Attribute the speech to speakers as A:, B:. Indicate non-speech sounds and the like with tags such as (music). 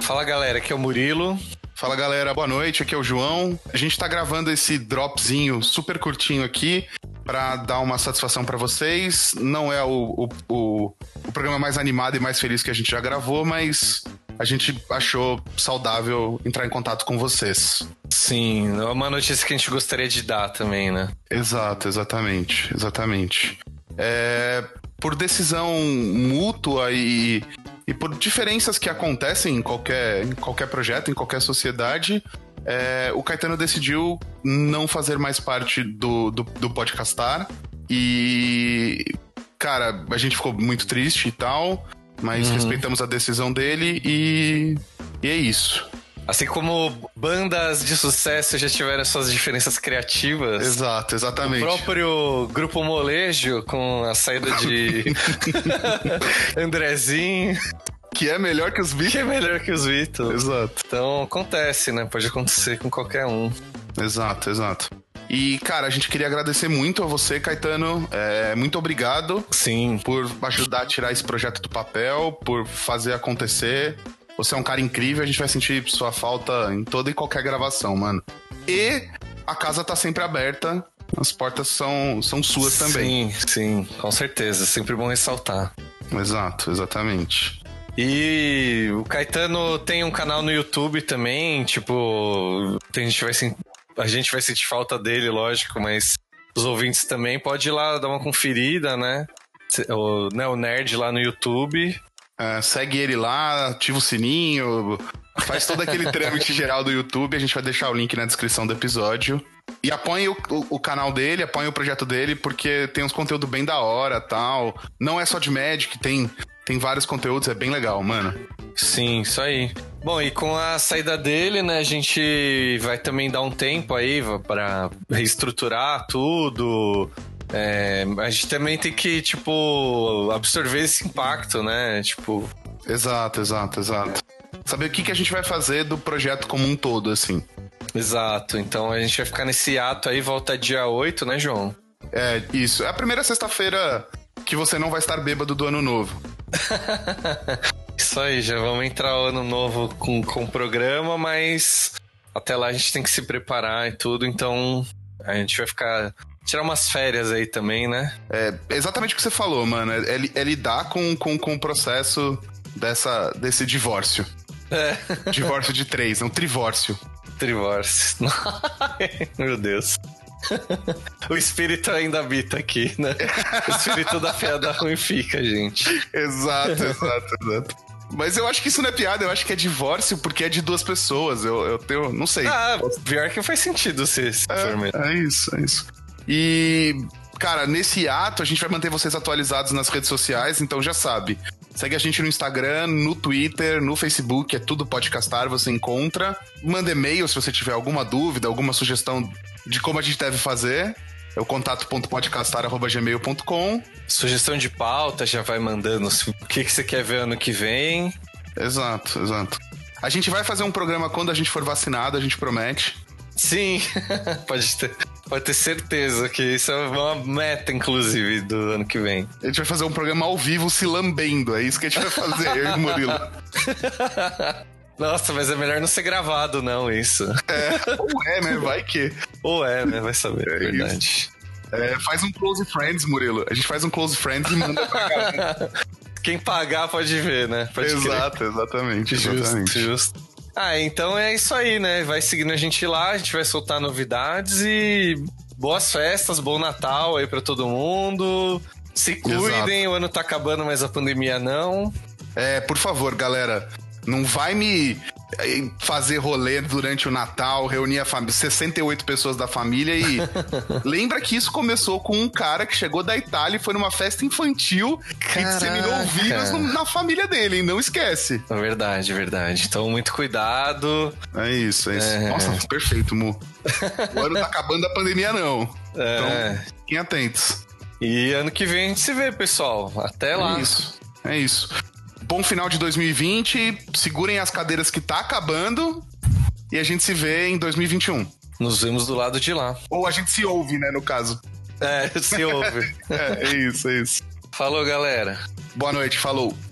A: Fala galera, aqui é o Murilo.
B: Fala galera, boa noite. Aqui é o João. A gente tá gravando esse dropzinho super curtinho aqui pra dar uma satisfação pra vocês. Não é o, o, o, o programa mais animado e mais feliz que a gente já gravou, mas a gente achou saudável entrar em contato com vocês.
A: Sim, é uma notícia que a gente gostaria de dar também, né?
B: Exato, exatamente, exatamente. É, por decisão mútua e, e por diferenças que acontecem em qualquer, em qualquer projeto, em qualquer sociedade, é, o Caetano decidiu não fazer mais parte do, do, do podcastar. E, cara, a gente ficou muito triste e tal, mas respeitamos a decisão dele e, e é isso.
A: Assim como bandas de sucesso já tiveram suas diferenças criativas.
B: Exato,
A: O
B: exatamente.
A: próprio grupo molejo com a saída (laughs) de Andrezinho,
B: Que é melhor que os bichos.
A: que é melhor que os Beatles.
B: Exato,
A: Então acontece, né? Pode acontecer com qualquer um.
B: exato, exato. E, cara, a gente queria agradecer muito a você, Caetano. É, muito obrigado.
A: Sim.
B: por ajudar a tirar esse projeto do papel, por fazer acontecer. Você é um cara incrível, a gente vai sentir sua falta em toda e qualquer gravação, mano. E a casa tá sempre aberta, as portas são, são suas também.
A: Sim, sim, com certeza. Sempre bom ressaltar.
B: Exato, exatamente.
A: E o Caetano tem um canal no YouTube também, tipo, tem- a gente vai sen- a gente vai sentir falta dele, lógico, mas os ouvintes também pode ir lá dar uma conferida, né? Se- O, né, o Nerd lá no YouTube.
B: É, segue ele lá, ativa o sininho, faz todo aquele trâmite geral do YouTube, a gente vai deixar o link na descrição do episódio. E apoie o, o- o canal dele, apoie o projeto dele, porque tem uns conteúdos bem da hora tal. Não é só de Magic, tem, tem vários conteúdos, é bem legal, mano.
A: Sim, isso aí. Bom, e com a saída dele, né, a gente vai também dar um tempo aí para reestruturar tudo. É, a gente também tem que, tipo, absorver esse impacto, né? Tipo,
B: Exato, exato, exato. Saber o que, que a gente vai fazer do projeto como um todo, assim.
A: Exato, então a gente vai ficar nesse ato aí, volta dia 8, né, João?
B: É isso. É a primeira sexta-feira que você não vai estar bêbado do ano novo.
A: Isso aí, já vamos entrar o ano novo com, com o programa, mas até lá a gente tem que se preparar e tudo, então a gente vai ficar. tirar umas férias aí também, né?
B: É exatamente o que você falou, mano. É, é li- é lidar com, com, com o processo dessa, desse (laughs) divórcio.
A: É, (laughs)
B: Divórcio de três, não trivórcio.
A: divórcio. (laughs) Meu Deus. (laughs) O espírito ainda habita aqui, né? O espírito da piada ruim fica, gente.
B: (laughs) Exato, exato, exato. Mas eu acho que isso não é piada, eu acho que é divórcio porque é de duas pessoas. Eu, eu tenho. Não sei.
A: Ah, pior que faz sentido se, se for mesmo.
B: É isso, é isso. E, cara, nesse ato a gente vai manter vocês atualizados nas redes sociais, então já sabe. Segue a gente no Instagram, no Twitter, no Facebook, é tudo podcastar, você encontra. Manda e-mail se você tiver alguma dúvida, alguma sugestão de como a gente deve fazer. É o contato.podcastar.gmail.com.
A: Sugestão de pauta, já vai mandando o que, que você quer ver ano que vem.
B: Exato, exato. A gente vai fazer um programa quando a gente for vacinado, a gente promete.
A: Sim, (laughs) pode ter, pode ter certeza que isso é uma meta, inclusive, do ano que vem. (laughs)
B: A gente vai fazer um programa ao vivo se lambendo. É isso que a gente vai fazer, eu e o Murilo.
A: Nossa, mas é melhor não ser gravado, não, isso.
B: Ou é, né? Vai que.
A: Ou é, né? Vai saber, é
B: É
A: verdade.
B: É, faz um close friends, Murilo. A gente faz um close friends e manda pra cá.
A: Quem pagar pode ver, né?
B: (laughs)
A: Pode crer.
B: Exato, exatamente,
A: Justo,
B: exatamente.
A: justo. Ah, então é isso aí, né? Vai seguindo a gente lá, a gente vai soltar novidades e boas festas, bom Natal aí pra todo mundo. Se cuidem, o ano tá acabando, mas a pandemia não.
B: É, por favor, galera, não vai me eh, fazer rolê durante o Natal, reunir a família, 68 pessoas da família (laughs) e lembra que isso começou com um cara que chegou da Itália e foi numa festa infantil
A: Caraca.
B: e disseminou o vírus no- na família dele, hein? Não esquece.
A: É verdade, é verdade. Então, muito cuidado.
B: É isso, é isso.
A: É.
B: Nossa, perfeito, (laughs) Mu. O ano tá acabando a pandemia, não.
A: É,
B: Então, fiquem atentos.
A: E ano que vem a gente se vê, pessoal. Até lá.
B: É isso. É isso. Bom final de 2020. Segurem as cadeiras que tá acabando. E a gente se vê em 2021.
A: Nos vemos do lado de lá.
B: Ou a gente se ouve, né, no caso.
A: É, se ouve.
B: É, é isso, é isso.
A: (laughs) Falou, galera.
B: Boa noite, falou.